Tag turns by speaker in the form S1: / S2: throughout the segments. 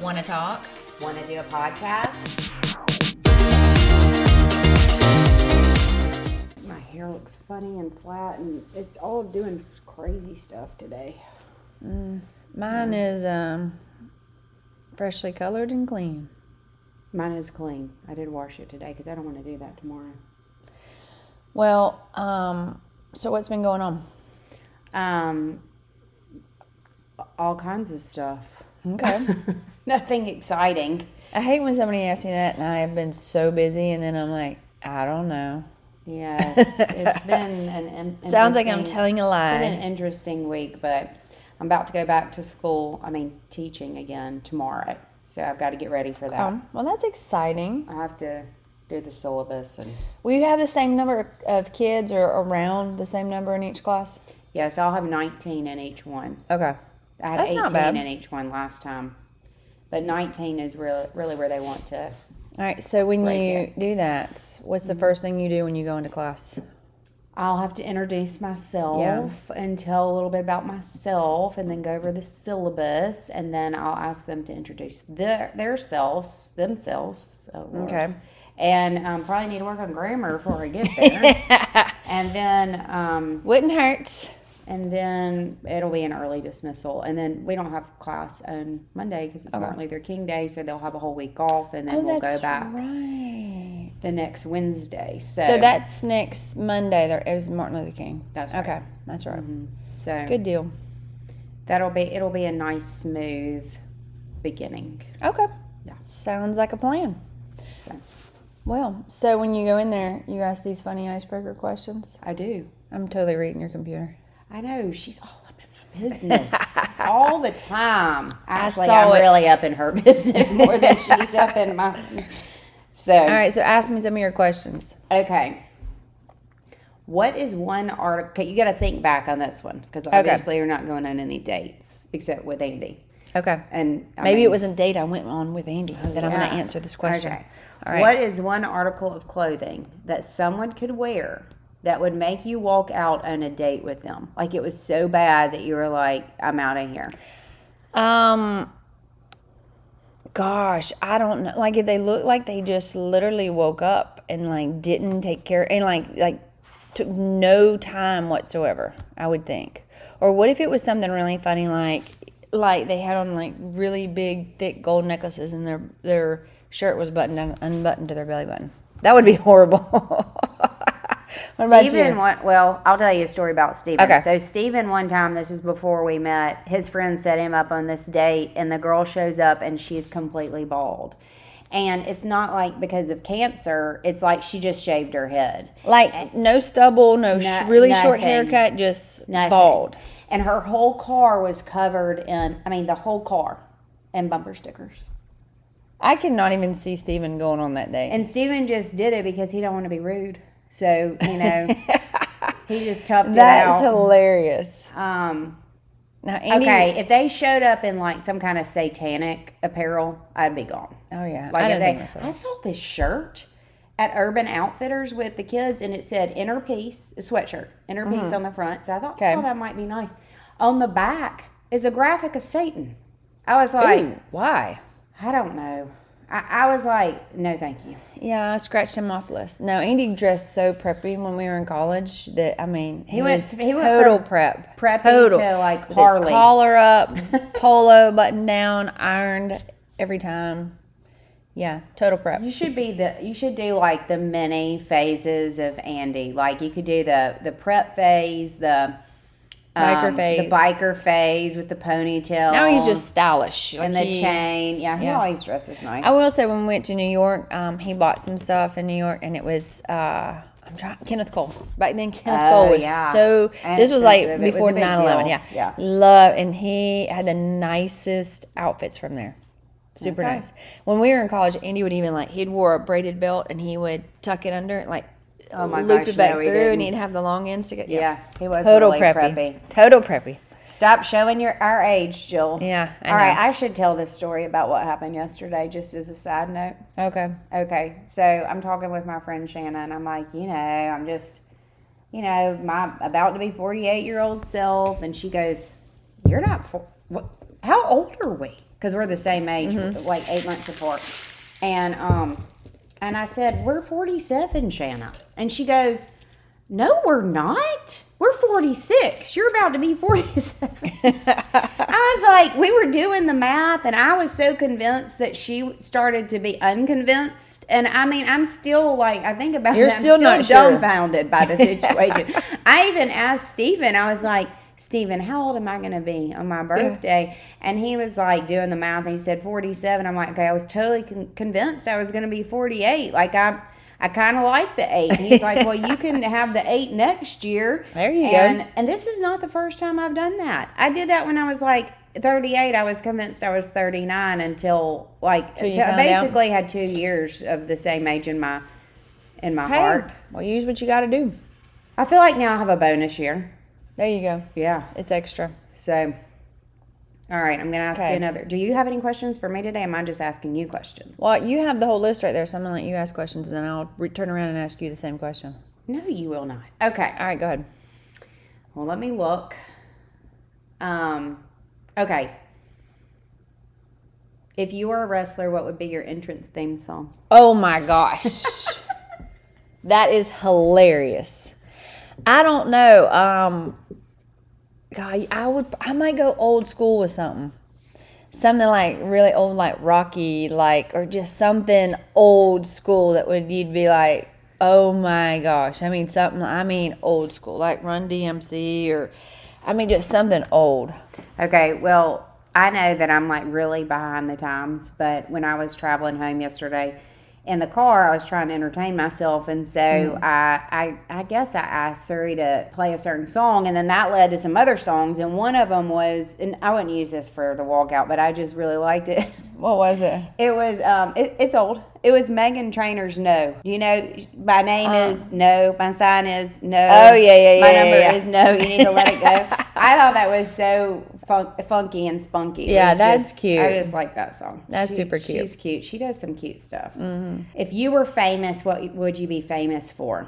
S1: Want to talk?
S2: Want to do a podcast?
S3: My hair looks funny and flat, and it's all doing crazy stuff today.
S1: Mine is um, freshly colored and clean.
S3: Mine is clean. I did wash it today because I don't want to do that tomorrow.
S1: Well, um, so what's been going on?
S3: Um, all kinds of stuff.
S1: Okay.
S3: Nothing exciting.
S1: I hate when somebody asks me that, and I have been so busy, and then I'm like, I don't know.
S3: Yes, it's been an in-
S1: Sounds like I'm
S3: interesting-
S1: telling a
S3: It's been an
S1: lie.
S3: interesting week, but I'm about to go back to school. I mean, teaching again tomorrow, so I've got to get ready for that.
S1: Um, well, that's exciting.
S3: I have to do the syllabus and
S1: We have the same number of kids, or around the same number in each class.
S3: yes, I'll have 19 in each one.
S1: Okay.
S3: I had
S1: That's
S3: 18
S1: not bad.
S3: in each one last time. But 19 is really, really where they want to.
S1: All right. So when
S3: Right
S1: you do that, what's the first thing you do when you go into class?
S3: I'll have to introduce myself and tell a little bit about myself and then go over the syllabus and then I'll ask them to introduce their, their selves, themselves. Oh, Lord.
S1: Okay.
S3: And um, probably need to work on grammar before I get there. and then um,
S1: Wouldn't hurt.
S3: and then it'll be an early dismissal. And then we don't have class on Monday because it's Martin Luther King Day, so they'll have a whole week off and then
S1: Oh,
S3: we'll go
S1: that's
S3: back.
S1: right.
S3: the next Wednesday. So,
S1: So that's next Monday. There it was Martin Luther King.
S3: That's right. Mm-hmm.
S1: okay. That's right.
S3: so
S1: Good deal.
S3: that'll be it'll be a nice smooth beginning.
S1: Okay.
S3: Yeah.
S1: Sounds like a plan.
S3: So
S1: Well, so when you go in there, you ask these funny icebreaker questions.
S3: I do.
S1: I'm totally reading your computer.
S3: I know she's all up in my business all the time. I like
S1: saw
S3: I'm
S1: it.
S3: really up in her business more than she's up in mine. So
S1: All right. So ask me some of your questions.
S3: okay. What is one article? You got to think back on this one because
S1: Okay.
S3: obviously you're not going on any dates except with Andy.
S1: Okay.
S3: And I
S1: Maybe
S3: mean-
S1: it was a date I went on with Andy that I'm going
S3: Yeah.
S1: to answer this question.
S3: Okay.
S1: All right.
S3: What is one article of clothing that someone could wear that would make you walk out on a date with them? Like it was so bad that you were like, I'm out of here.
S1: Um gosh, I don't know. Like if they look like they just literally woke up and like didn't take care and like like took no time whatsoever, I would think. Or what if it was something really funny like like they had on like really big thick gold necklaces and their their shirt was buttoned un- unbuttoned to their belly button. That would be horrible. what about
S3: Steven,
S1: you?
S3: one, well, I'll tell you a story about Steven.
S1: Okay.
S3: So, Steven, one time, this is before we met, his friend set him up on this date, and the girl shows up and she's completely bald. And it's not like because of cancer, it's like she just shaved her head.
S1: Like no stubble, no, sh-
S3: No-
S1: really short
S3: nothing.
S1: haircut, just
S3: Nothing.
S1: bald.
S3: And her whole car was covered in, I mean, the whole car in bumper stickers.
S1: I cannot even see Steven going on that day.
S3: And Steven just did it because he don't want to be rude. So, you know, he just toughed
S1: That's
S3: it out.
S1: hilarious.
S3: Um,
S1: Now, Andy,
S3: okay, if they showed up in like some kind of satanic apparel, I'd be gone.
S1: Oh yeah,
S3: Like
S1: I
S3: if
S1: didn't
S3: they,
S1: think so.
S3: I saw this shirt at Urban Outfitters with the kids, and it said "Inner Peace" a sweatshirt, "Inner Peace" on the front. So I thought,
S1: Mm-hmm. Okay.
S3: oh, that might be nice. On the back is a graphic of Satan. I was like,
S1: Ooh, why?
S3: I don't know. I, I was like, no, thank you.
S1: Yeah, I scratched him off the list. Now Andy dressed so preppy when we were in college that I mean he,
S3: went-
S1: was
S3: he went
S1: total
S3: from
S1: prep,
S3: preppy
S1: total
S3: to,
S1: With
S3: like,
S1: his
S3: Harley.
S1: collar up, polo button down, ironed every time. Yeah, total prep.
S3: You should be the you should do like the mini phases of Andy. Like you could do the the prep phase, the um,
S1: Biker phase.
S3: the biker phase with the ponytail.
S1: Now he's just stylish. Like
S3: and the
S1: he-
S3: chain. Yeah, he
S1: yeah.
S3: always dresses nice.
S1: I will say when we went to New York, um, he bought some stuff in New York, and it was uh, I'm trying Kenneth Cole. Back then, Kenneth
S3: Oh,
S1: Cole was
S3: yeah.
S1: so.
S3: And
S1: this was like
S3: expensive. It was
S1: before
S3: a big
S1: 9/11.
S3: deal.
S1: Yeah,
S3: Yeah.
S1: Love, and he had the nicest outfits from there. Super nice. When we were in college, Andy would even like he'd wore a braided belt, and he would tuck it under, like
S3: Oh my
S1: loop
S3: gosh,
S1: it back
S3: no,
S1: through,
S3: he
S1: and he'd
S3: didn't.
S1: have the long ends to get.
S3: yeah. he was
S1: Total
S3: really
S1: preppy.
S3: preppy.
S1: Total preppy.
S3: Stop showing your our age, Jill.
S1: Yeah, I
S3: All right,
S1: know.
S3: I should tell this story about what happened yesterday, just as a side note.
S1: Okay.
S3: Okay, so I'm talking with my friend Shanna, and I'm like, you know, I'm just, you know, my about to be 48 year old self, and she goes, "You're not, for- what? How old are we? Because we're the same age,
S1: Mm-hmm.
S3: like eight months apart. And um, and I said, We're 47, Shanna. And she goes, No, we're not. We're 46. You're about to be 47. I was like, we were doing the math, and I was so convinced that she started to be unconvinced. And I mean, I'm still like, I think about
S1: You're
S3: it, I'm
S1: still not sure.
S3: dumbfounded by the situation. I even asked Steven, I was like, Steven, how old am I going to be on my birthday? And he was like doing the math, and he said 47. I'm like, okay, I was totally con- convinced I was going to be 48. Like, I'm. I kind of like the eight. And he's like, well, you can have the eight next year.
S1: There you go.
S3: and, and this is not the first time I've done that. I did that when I was like 38. I was convinced I was 39 until like
S1: Till you
S3: so I
S1: found out.
S3: basically had 2 years of the same age in my in my
S1: Hey,
S3: heart.
S1: well, use what you got to do.
S3: I feel like now I have a bonus year.
S1: There you go.
S3: Yeah.
S1: It's extra.
S3: So All right, I'm going to ask
S1: Okay.
S3: you another. Do you have any questions for me today? Am I just asking you questions?
S1: Well, you have the whole list right there, so I'm gonna let you ask questions, and then I'll re- turn around and ask you the same question.
S3: No, you will not. Okay.
S1: All right, go ahead.
S3: Well, let me look. Um, okay. If you were a wrestler, what would be your entrance theme song?
S1: Oh my gosh, that is hilarious. I don't know. Um, God, I would. I might go old school with something, something like really old, like Rocky, like or just something old school that would you'd be like, oh my gosh. I mean something. I mean old school, like Run DMC or, I mean just something old.
S3: Okay, well, I know that I'm like really behind the times, but when I was traveling home yesterday in the car, I was trying to entertain myself, and so I, I, I guess I asked Suri to play a certain song, and then that led to some other songs, and one of them was, and I wouldn't use this for the walkout, but I just really liked it.
S1: What was it?
S3: It was um, it, it's old. It was Megan Trainor's No. You know, my name is No. My sign is No.
S1: Uh. Oh, yeah, yeah,
S3: My
S1: yeah,
S3: number
S1: yeah, yeah.
S3: is No. You need to let it go. I thought that was so fun- funky and spunky. It
S1: Yeah,
S3: was
S1: that's
S3: just-
S1: cute.
S3: I just like that song.
S1: That's super cute. Mm-hmm.
S3: She's cute. She does some cute stuff. If you were famous, what would you be famous for?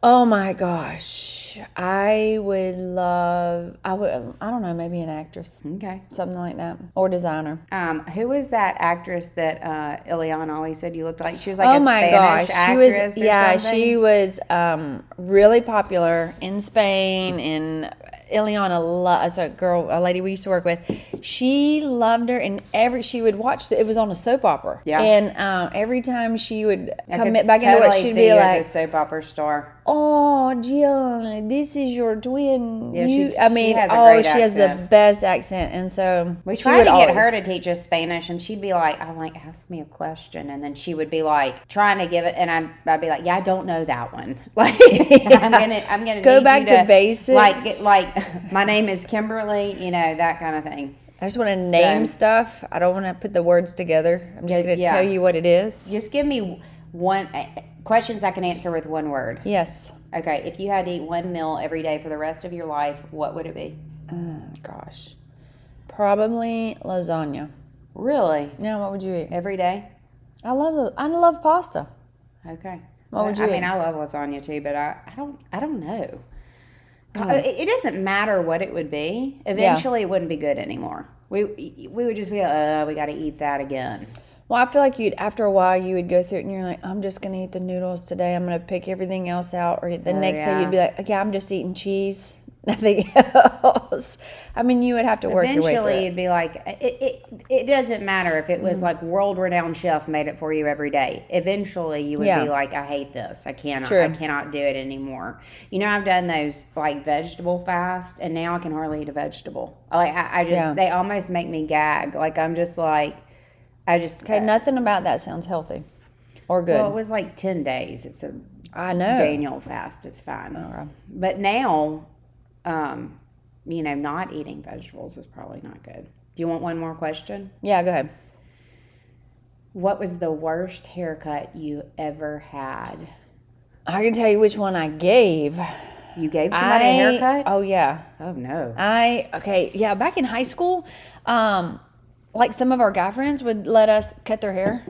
S1: Oh my gosh. I would love I would I don't know, maybe an actress.
S3: Okay.
S1: Something like that. Or designer.
S3: Um, who was that actress that uh, Ileana always said you looked like? She was like
S1: oh
S3: a
S1: my
S3: Spanish
S1: gosh. She
S3: actress.
S1: was
S3: or
S1: yeah,
S3: something?
S1: she was um really popular in Spain and Ileana lo- as a girl, a lady we used to work with, she loved her, and every she would watch. The, it was on a soap opera,
S3: Yeah.
S1: And um, every time she would
S3: I
S1: come
S3: could
S1: back into it,
S3: totally
S1: she'd
S3: see
S1: be
S3: you
S1: like,
S3: as a soap opera star.
S1: oh jill this is your twin
S3: Yeah,
S1: you
S3: she-
S1: i
S3: she
S1: mean
S3: has a
S1: oh
S3: great
S1: she has the
S3: accent.
S1: best accent and so
S3: We
S1: she
S3: tried to
S1: would
S3: get her
S1: always-
S3: to teach us Spanish, and she'd be like, "I'm like, ask me a question," and then she would be like, trying to give it, and I'd, I'd be like, "Yeah, I don't know that one. Like, I'm gonna, I'm gonna
S1: Go
S3: need you
S1: back to basics.
S3: Like, get, like, my name is Kimberly, you know that kind of thing.
S1: i just want to name stuff i don't want to put the words together i'm just
S3: Yeah,
S1: going to
S3: yeah.
S1: tell you what it is
S3: Just give me one uh, questions I can answer with one word.
S1: yes
S3: Okay, if you had to eat one meal every day for the rest of your life, what would it be?
S1: gosh probably lasagna
S3: Really,
S1: now what would you eat
S3: every day?
S1: i love i love pasta
S3: Okay.
S1: What would
S3: I,
S1: you
S3: I mean,
S1: eat?
S3: I love lasagna too, but I, I don't I don't know.
S1: Hmm.
S3: Co- It, it doesn't matter what it would be. Eventually, it wouldn't be good anymore. We we would just be like, oh, we got to eat that again.
S1: Well, I feel like you'd after a while you would go through it and you're like, I'm just gonna eat the noodles today. I'm gonna pick everything else out. Or the next day
S3: Oh, yeah.
S1: you'd be like, okay, I'm just eating cheese, nothing else. I mean, you would have to work your way
S3: Eventually,
S1: through. It. Mm.
S3: you'd be like, it, it it doesn't matter if it was like world renowned chef made it for you every day. Eventually, you would
S1: Yeah.
S3: be like, I hate this. I cannot. I
S1: True.
S3: cannot do it anymore. You know, I've done those like vegetable fast, and now I can hardly eat a vegetable. Like I, I just
S1: Yeah.
S3: they almost make me gag. Like I'm just like, I just uh,
S1: Okay, nothing about that sounds healthy or good. Oh.
S3: Well, it was like ten days. It's a
S1: I know.
S3: Daniel fast. It's fine. But now, um, you know, not eating vegetables is probably not good. Do you want one more question?
S1: Yeah, go ahead.
S3: What was the worst haircut you ever had?
S1: I can tell you which one I gave.
S3: You gave
S1: I,
S3: somebody a haircut?
S1: Oh yeah.
S3: oh no.
S1: I okay, yeah, back in high school, um, like some of our guy friends would let us cut their hair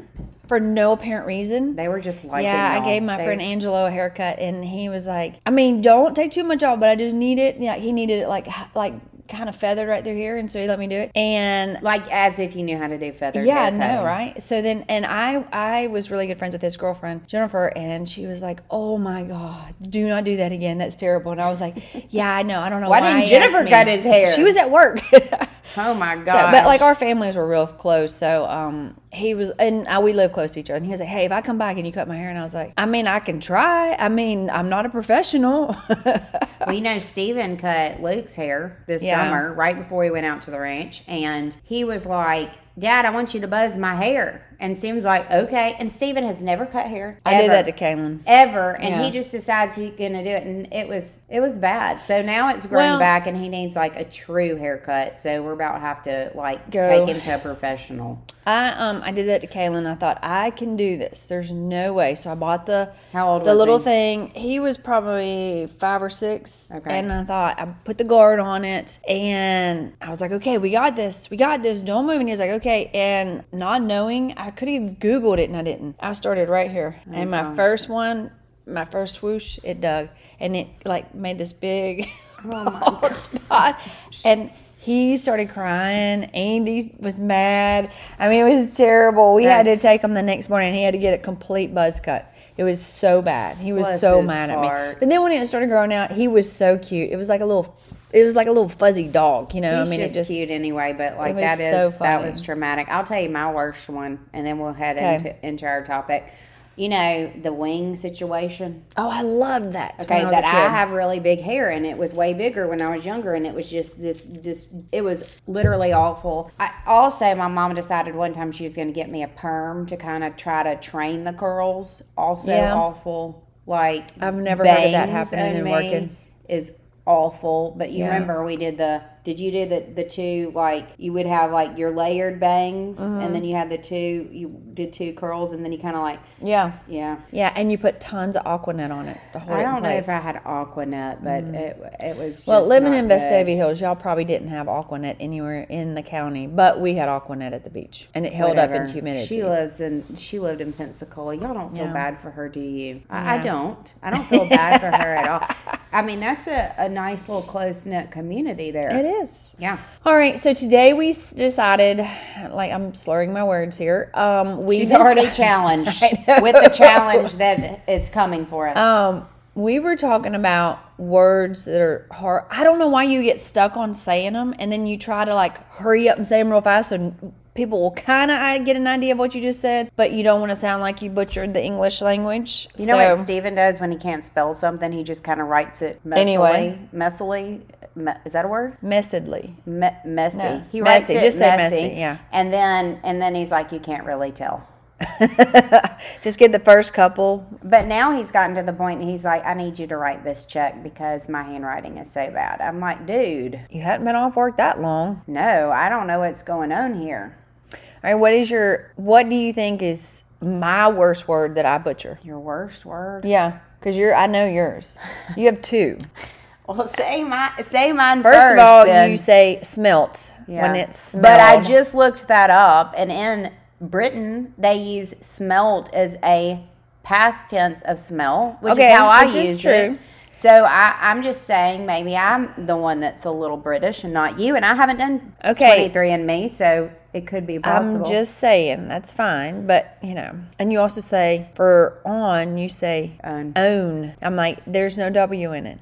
S1: for no apparent reason.
S3: they were just like
S1: Yeah, I gave my friend Angelo a haircut, and he was like, "I mean, don't take too much off, but I just need it." Yeah, he needed it like h- like kind of feathered right through here, and so he let me do it. And
S3: Like as if you knew how to do feathers.
S1: yeah, I know, right? So then, and I I was really good friends with his girlfriend Jennifer, and she was like, "Oh my god, do not do that again. That's terrible." And I was like, "Yeah, I know. I don't know
S3: Why
S1: why."
S3: didn't
S1: he
S3: Jennifer
S1: asked me."
S3: cut his hair?
S1: She was at work.
S3: Oh my
S1: So,
S3: god.
S1: but like our families were real close, so um, he was, and I, we live close to each other. And he was like, "Hey, if I come by, can you cut my hair?" And I was like, "I mean, I can try. I mean, I'm not a professional."
S3: we know Steven cut Luke's hair this
S1: Yeah.
S3: summer right before he went out to the ranch, and he was like, "Dad, I want you to buzz my hair." And Steven's like, "Okay." And Steven has never cut hair.
S1: I did
S3: ever.
S1: that to Kaylin.
S3: Ever, and he
S1: Yeah.
S3: just decides he's gonna do it, and it was it was bad. So now it's grown
S1: Well-
S3: back, and he needs like a true haircut. So we're about to have to like
S1: Go.
S3: take him to a professional.
S1: I um I did that to Kaylin. I thought I can do this. There's no way. So I bought the
S3: How old
S1: the
S3: was
S1: little
S3: he?
S1: thing. He was probably five or six.
S3: Okay.
S1: And I thought I put the guard on it, and I was like, okay, we got this, we got this. Don't move. And he was like, okay. And not knowing, I could have googled it, and I didn't. I started right here, and my first one. My first swoosh, it dug, and it like made this big bald spot, and he started crying. Andy was mad. I mean, it was terrible. We had to
S3: That's-
S1: take him the next morning. He had to get a complete buzz cut. It was so bad. He was
S3: Bless
S1: so
S3: his
S1: mad at me.
S3: heart.
S1: But then when it started growing out, he was so cute. It was like a little, it was like a little fuzzy dog. You know,
S3: He's
S1: I mean,
S3: just,
S1: it just
S3: cute anyway, but like
S1: was
S3: that is
S1: so
S3: that
S1: funny.
S3: was traumatic. I'll tell you my worst one, and then we'll head
S1: Okay.
S3: into into our topic. You know the wing situation.
S1: Oh, I loved that.
S3: Okay,
S1: when I was
S3: that
S1: a kid.
S3: I have really big hair, and it was way bigger when I was younger, and it was just this, just it was literally awful. I also, my mom decided one time she was going to get me a perm to kind of try to train the curls. Also
S1: Yeah.
S3: awful. Like
S1: I've never heard of that
S3: bangs
S1: happening
S3: on
S1: and
S3: me
S1: working.
S3: is awful. But you
S1: Yeah.
S3: remember we did the. Did you do the the two like you would have like your layered bangs,
S1: Uh-huh.
S3: and then you had the two you did two curls, and then you kind of like
S1: Yeah,
S3: yeah.
S1: yeah, and you put tons of Aquanet on it to hold
S3: I
S1: it in
S3: don't know
S1: place. Mm.
S3: if I had Aquanet, but it it was just
S1: well, living in
S3: not good.
S1: Vestavia Hills, y'all probably didn't have Aquanet anywhere in the county, but we had Aquanet at the beach, and it held up in
S3: Whatever.
S1: humidity.
S3: She lives in she lived in Pensacola. Y'all don't feel
S1: Yeah.
S3: bad for her, do you? I, I don't. I don't feel bad for her at all. I mean, that's a, a nice little close knit community there.
S1: it is.
S3: Yeah.
S1: All right, so today we s- decided, like I'm slurring my words here. Um, we
S3: She's
S1: deci-
S3: already challenged
S1: know.
S3: with the challenge that is coming for us.
S1: Um, we were talking about words that are hard. I don't know why you get stuck on saying them, and then you try to like hurry up and say them real fast, so n- people will kind of get an idea of what you just said, but you don't want to sound like you butchered the English language.
S3: you know what Steven does when he can't spell something? He just kind of writes it messily.
S1: Anyway.
S3: Messily? Me- is that a word?
S1: Messedly.
S3: Me- messy.
S1: No.
S3: He
S1: Messy.
S3: writes it
S1: Just say
S3: messy.
S1: messy, yeah.
S3: And then and then he's like, you can't really tell.
S1: Just get the first couple.
S3: But now he's gotten to the point and he's like, I need you to write this check because my handwriting is so bad. I'm like, dude,
S1: You hadn't been off work that long.
S3: no, I don't know what's going on here.
S1: All right, what is your? What do you think is my worst word that I butcher?
S3: Your worst word.
S1: Yeah, because you're. I know yours. You have two.
S3: Well, say my say mine
S1: First of all,
S3: then.
S1: you say smelt when
S3: Yeah.
S1: it's smelled.
S3: But I just looked that up, and in Britain they use smelt as a past tense of smell, which
S1: Okay,
S3: is how I
S1: which is
S3: use
S1: true.
S3: it. So I, I'm just saying, maybe I'm the one that's a little British and not you, and I haven't done
S1: Okay.
S3: 23 and me, so it could be possible.
S1: I'm just saying that's fine, but you know, and you also say for on you say
S3: Own.
S1: own. I'm like, there's no W in it.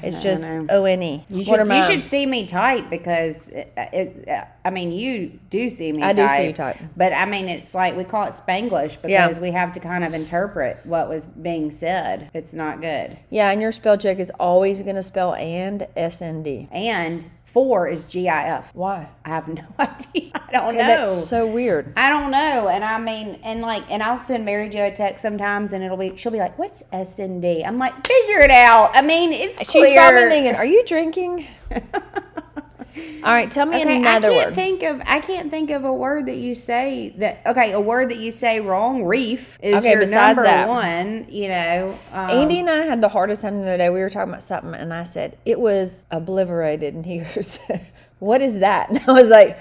S1: It's just O N E.
S3: You
S1: what
S3: should,
S1: am
S3: you
S1: I?
S3: should see me type because it, it, I mean, you do see me
S1: I do
S3: type.
S1: see you type.
S3: But I mean, it's like we call it Spanglish
S1: Yeah.
S3: because we have to kind of interpret what was being said. It's not good.
S1: Yeah, and your spell check is always gonna spell and S N D.
S3: And four is GIF.
S1: Why?
S3: I have no idea. I don't know.
S1: That's so weird.
S3: I don't know. And I mean, and like, and I'll send Mary Jo a text sometimes and it'll be, she'll be like, what's S and D? I'm like, figure it out. I mean, it's clear.
S1: She's probably thinking, "Are you drinking?" All right, tell me
S3: Okay,
S1: another
S3: I can't
S1: word.
S3: think of I can't think of a word that you say that okay a word that you say wrong reef is
S1: Okay,
S3: your
S1: besides
S3: number
S1: that.
S3: one you know um,
S1: Andy and I had the hardest time the other day. We were talking about something, and I said it was obliterated, and he was, "What is that?" And I was like,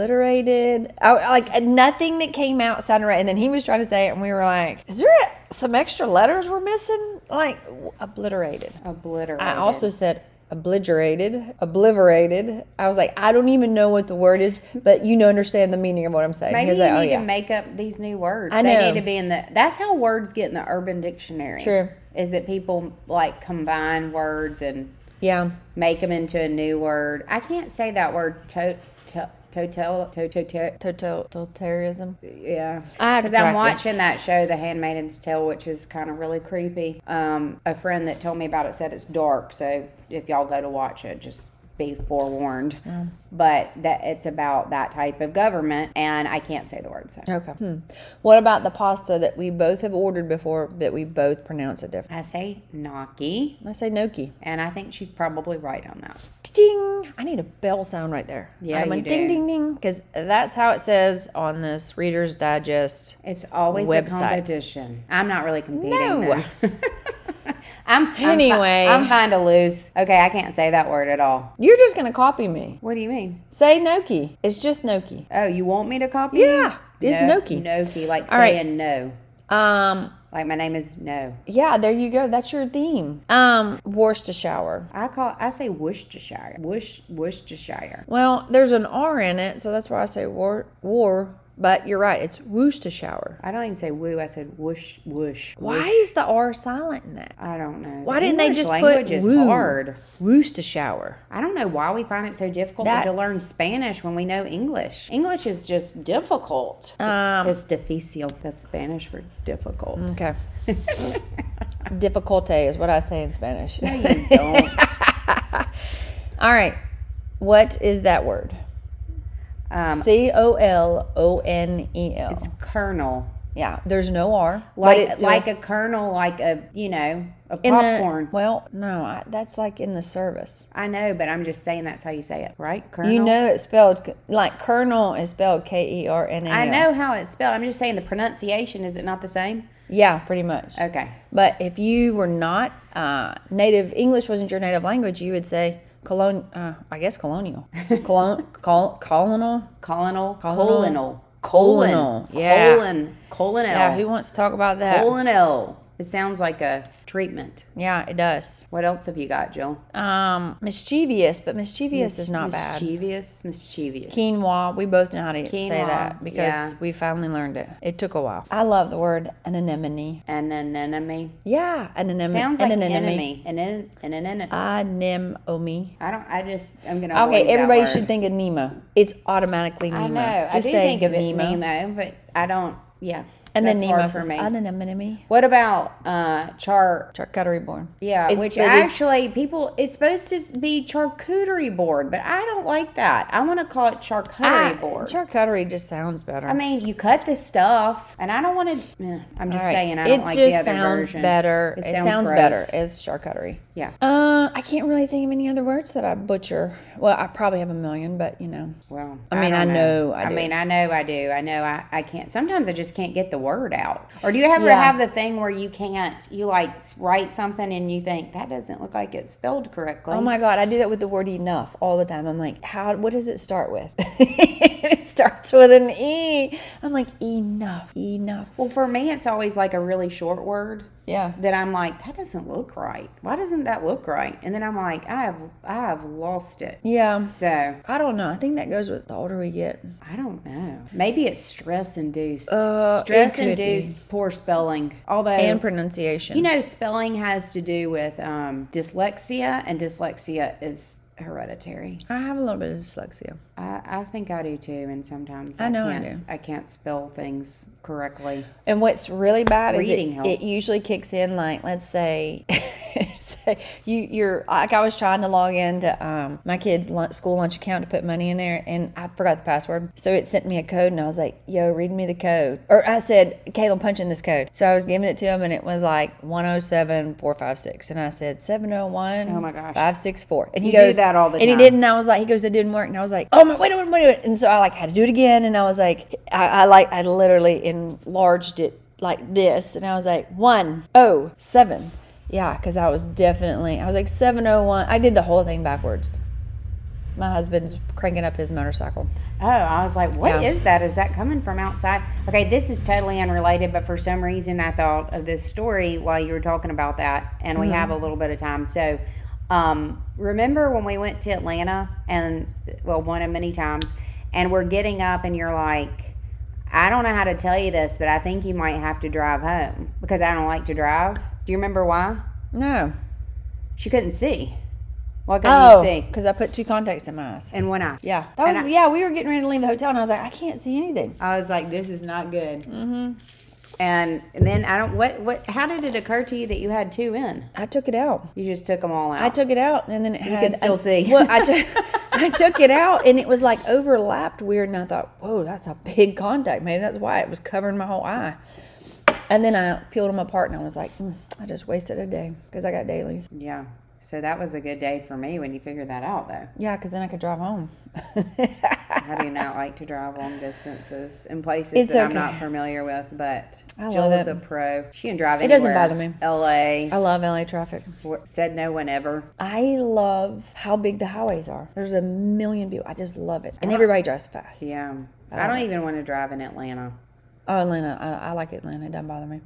S1: "Obliterated." I, like nothing that came out sounded right. And then he was trying to say it, and we were like, "Is there some extra letters we're missing?" Like obliterated.
S3: obliterated
S1: I also said obliterated, obliterated. I was like, I don't even know what the word is, but you know, understand the meaning of what I'm saying. He
S3: Maybe
S1: was
S3: you
S1: like, oh,
S3: need
S1: yeah.
S3: to make up these new words.
S1: I
S3: They
S1: know.
S3: need to be in the. That's how words get in the urban dictionary.
S1: True.
S3: Is that people like combine words and
S1: yeah.
S3: make them into a new word? I can't say that word. To, to, totel. To, to, to,
S1: Total- Totalitarianism.
S3: yeah.
S1: I had to
S3: Because Uh, I'm
S1: practice.
S3: watching that show, The Handmaiden's Tale, which is kind of really creepy. Um, a friend that told me about it said it's dark, so if y'all go to watch it, just be forewarned.
S1: Mm.
S3: But that it's about that type of government, and I can't say the word. So
S1: Okay. Hmm. What about the pasta that we both have ordered before that we both pronounce it different?
S3: I say Naki,
S1: I say Noki.
S3: and I think she's probably right on that.
S1: Ding! I need a bell sound right there.
S3: Yeah,
S1: I'm a
S3: you
S1: ding,
S3: do.
S1: ding, ding, because that's how it says on this Reader's Digest.
S3: It's always
S1: Website.
S3: a competition. I'm not really competing.
S1: No.
S3: though. I'm I'm fi-
S1: Anyway.
S3: I'm, kind of loose. Okay, I can't say that word at all.
S1: You're just gonna copy me.
S3: What do you mean?
S1: Say Noki. It's just Noki.
S3: Oh, you want me to copy?
S1: Yeah, it's
S3: no,
S1: Noki.
S3: Noki, like
S1: All right.
S3: saying no.
S1: Um,
S3: Like my name is no.
S1: yeah, there you go. That's your theme. Um, Worcestershire.
S3: I call I say Worcestershire. Whoosh Worcestershire.
S1: Well, there's an R in it, so that's why I say war. War, but you're right. It's Worcestershire.
S3: I don't even say woo. I said whoosh whoosh.
S1: Why is the R silent in that?
S3: I don't know.
S1: Why didn't they
S3: English
S1: just
S3: language
S1: put
S3: is
S1: woo?
S3: hard?
S1: Worcestershire.
S3: I don't know why we find it so difficult to
S1: That's-
S3: learn Spanish when we know English. English is just difficult. It's,
S1: Um, Mm.
S3: it's difícil. That's Spanish for difficult.
S1: Okay. Difficulte is what I say in Spanish.
S3: You don't.
S1: All right. What is that word?
S3: Um,
S1: C O L O N E
S3: it's
S1: L.
S3: kernel.
S1: Yeah, there's no R.
S3: Like
S1: but it's still
S3: like a kernel, like a you know a
S1: in
S3: popcorn.
S1: The, well, no, I, that's like in the service.
S3: I know, but I'm just saying that's how you say it, right? Kernel.
S1: You know, it's spelled like Colonel is spelled K E R N A L.
S3: I know how it's spelled. I'm just saying the pronunciation is it not the same?
S1: Yeah, pretty much.
S3: Okay.
S1: But if you were not uh, native, English wasn't your native language, you would say colon. Uh, I guess colonial. Colon. col- colonial. Colonel.
S3: Colonel. Colonel. Colon.
S1: Colonel, yeah.
S3: Colon. Colonel.
S1: Yeah, who wants to talk about that?
S3: Colonel. It sounds like a treatment.
S1: Yeah, it does.
S3: What else have you got, Jill?
S1: Um, mischievous, but mischievous is not bad.
S3: mischievous, Mischievous.
S1: Quinoa. We both know how to say
S3: Quinoa,
S1: that because
S3: yeah.
S1: we finally learned it. It took a while. I love the word an anemone.
S3: An anemone.
S1: Yeah, an anemone.
S3: Sounds like
S1: an
S3: an
S1: anemone.
S3: enemy. An en- an anemone.
S1: Anemone.
S3: I don't. I just. I'm gonna.
S1: Uh, Okay,
S3: avoid that
S1: everybody
S3: word.
S1: should think of Nemo. It's automatically Nemo.
S3: I know.
S1: Just
S3: I do
S1: say
S3: think of it
S1: Nemo.
S3: Nemo, but I don't. Yeah.
S1: And then
S3: that's
S1: Nemo
S3: hard
S1: says,
S3: for me.
S1: an anemone.
S3: what about uh char?
S1: Charcuterie board.
S3: Yeah,
S1: It's-
S3: which
S1: but it's-
S3: actually people it's supposed to be charcuterie board, but I don't like that. I want to call it charcuterie
S1: I-
S3: board.
S1: Charcuterie just sounds better.
S3: I mean, you cut the stuff, and I don't want to. I'm just
S1: All right.
S3: saying, I
S1: it
S3: don't like
S1: just
S3: the other
S1: sounds
S3: version.
S1: better. It, sounds,
S3: gross.
S1: better as charcuterie.
S3: Yeah.
S1: Uh, I can't really think of any other words that I butcher. Well, I probably have a million, but you know.
S3: Well,
S1: I mean, I
S3: don't
S1: know I
S3: I,
S1: do.
S3: mean, I know I do. I know I, I can't. Sometimes I just can't get the word out. Or do you ever
S1: Yeah.
S3: have the thing where you can't, you like s- write something and you think, that doesn't look like it's spelled correctly?
S1: Oh my god, I do that with the word enough all the time. I'm like, how? What does it start with? it starts with an e. I'm like, enough, enough.
S3: Well, for me, it's always like a really short word
S1: Yeah.
S3: that I'm like, that doesn't look right. Why doesn't that look right? And then I'm like, I have, I have lost it.
S1: Yeah.
S3: So
S1: I don't know. I think that goes with the older we get.
S3: I don't know. Maybe it's stress induced.
S1: Uh, it
S3: stress
S1: could be.
S3: induced poor spelling. Although
S1: And pronunciation.
S3: You know, spelling has to do with um, dyslexia, and dyslexia is hereditary.
S1: I have a little bit of dyslexia.
S3: I, I think I do too, and sometimes I,
S1: know I
S3: can't, I can't spell things correctly.
S1: And what's really bad is
S3: Reading
S1: it, it
S3: helps.
S1: usually kicks in like let's say, say you you're like I was trying to log into um, my kid's lunch, school lunch account to put money in there and I forgot the password so it sent me a code and I was like yo read me the code or I said Caleb punch in this code so I was giving it to him and it was like one zero seven four five six and I said seven zero one
S3: Oh my gosh.
S1: five six four and he
S3: You do
S1: goes
S3: that all the
S1: and he
S3: time.
S1: didn't and I was like, he goes, that didn't work. And I was like, oh my, wait a minute, wait a minute. And so I like had to do it again. And I was like, I, I like, I literally enlarged it like this. And I was like, one, oh, seven. Yeah, because I was definitely, I was like, 701. I did the whole thing backwards. My husband's cranking up his motorcycle.
S3: Oh, I was like, what is
S1: Yeah.
S3: that? Is that coming from outside? Okay, this is totally unrelated, but for some
S1: Mm-hmm.
S3: reason I thought of this story while you were talking about that, and we have a little bit of time. So, Um, remember when we went to Atlanta and well, one of many times, and we're getting up and you're like, I don't know how to tell you this, but I think you might have to drive home because I don't like to drive. Do you remember why?
S1: No.
S3: She couldn't see. What couldn't
S1: Oh,
S3: you see?
S1: because I put two contacts in my eyes.
S3: And one eye.
S1: Yeah, that was
S3: And I-
S1: yeah. We were getting ready to leave the hotel, and I was like, I can't see anything.
S3: I was like, this is not good. Mm-hmm. And, and then I don't. What? What? How did it occur to you that you had two in?
S1: I took it out.
S3: You just took them all out.
S1: I took it out, and then it had.
S3: could still see.
S1: Well, I took, I took it out, and it was like overlapped weird, and I thought, whoa, that's a big contact. Maybe that's why it was covering my whole eye. And then I peeled them apart, and I was like, mm, I just wasted a day because I got dailies.
S3: yeah. So that was a good day for me when you figured that out, though.
S1: Yeah, because then I could drive home.
S3: I do not like to drive long distances in places
S1: It's
S3: that I'm
S1: okay.
S3: not familiar with, but
S1: I
S3: Jill
S1: love
S3: is
S1: it.
S3: a pro. She can drive
S1: It doesn't
S3: anywhere.
S1: bother me.
S3: LA
S1: I love LA traffic.
S3: w- said no one ever.
S1: I love how big the highways are. There's a million people. I just love it, and everybody drives fast.
S3: Ah. Yeah. I don't even want to drive in Atlanta.
S1: Oh, Atlanta. I, I like Atlanta. It doesn't bother me.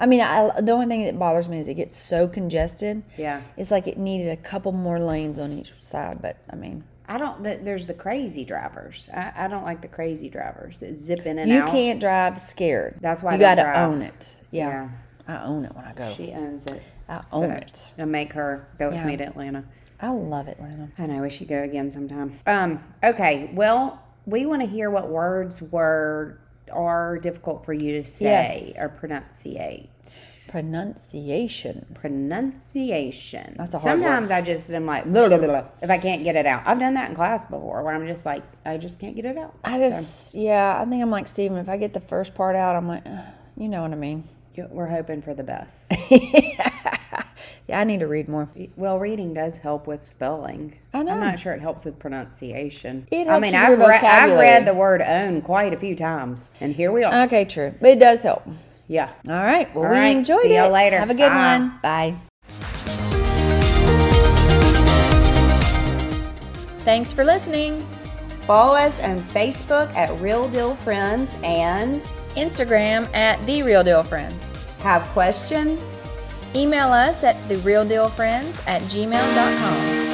S1: I mean, I, the only thing that bothers me is it gets so congested.
S3: Yeah.
S1: It's like it needed a couple more lanes on each side, but I mean,
S3: I don't. th- There's the crazy drivers. I, I don't like the crazy drivers that zip in and
S1: you
S3: out.
S1: can't drive scared.
S3: That's why I
S1: you
S3: don't
S1: got to
S3: drive.
S1: own it. Yeah.
S3: Yeah.
S1: I own it when I go.
S3: She owns it.
S1: I own it.
S3: And make her go with
S1: Yeah.
S3: me to Atlanta.
S1: I love Atlanta.
S3: I know we should go again sometime. Um. Okay. Well, we want to hear what words were are difficult for you to say
S1: Yes.
S3: or pronunciate.
S1: Pronunciation.
S3: pronunciation.
S1: That's a hard word.
S3: Sometimes I just am like, blah, blah, blah, blah, if I can't get it out. I've done that in class before where I'm just like, I just can't get it out.
S1: I just, yeah, I think I'm like Steven. If I get the first part out, I'm like, "Ugh," you know what I mean.
S3: You- We're hoping for the best.
S1: Yeah, I need to read more.
S3: well, reading does help with spelling.
S1: I know.
S3: I'm not sure it helps with pronunciation.
S1: It
S3: I
S1: helps
S3: mean,
S1: with
S3: I've,
S1: your
S3: re- I've
S1: vocabulary.
S3: read the word own quite a few times, and here we are.
S1: Okay, true. But it does help.
S3: yeah.
S1: All right. Well,
S3: All
S1: we
S3: right.
S1: enjoyed
S3: See
S1: it.
S3: y'all later. Ah.
S1: Have a good
S3: Bye.
S1: one. Bye. Thanks for listening.
S3: Follow us on Facebook at Real Deal Friends and
S1: Instagram at The Real Deal Friends.
S3: have questions.
S1: Email us at TheRealDealFriends at gmail.com.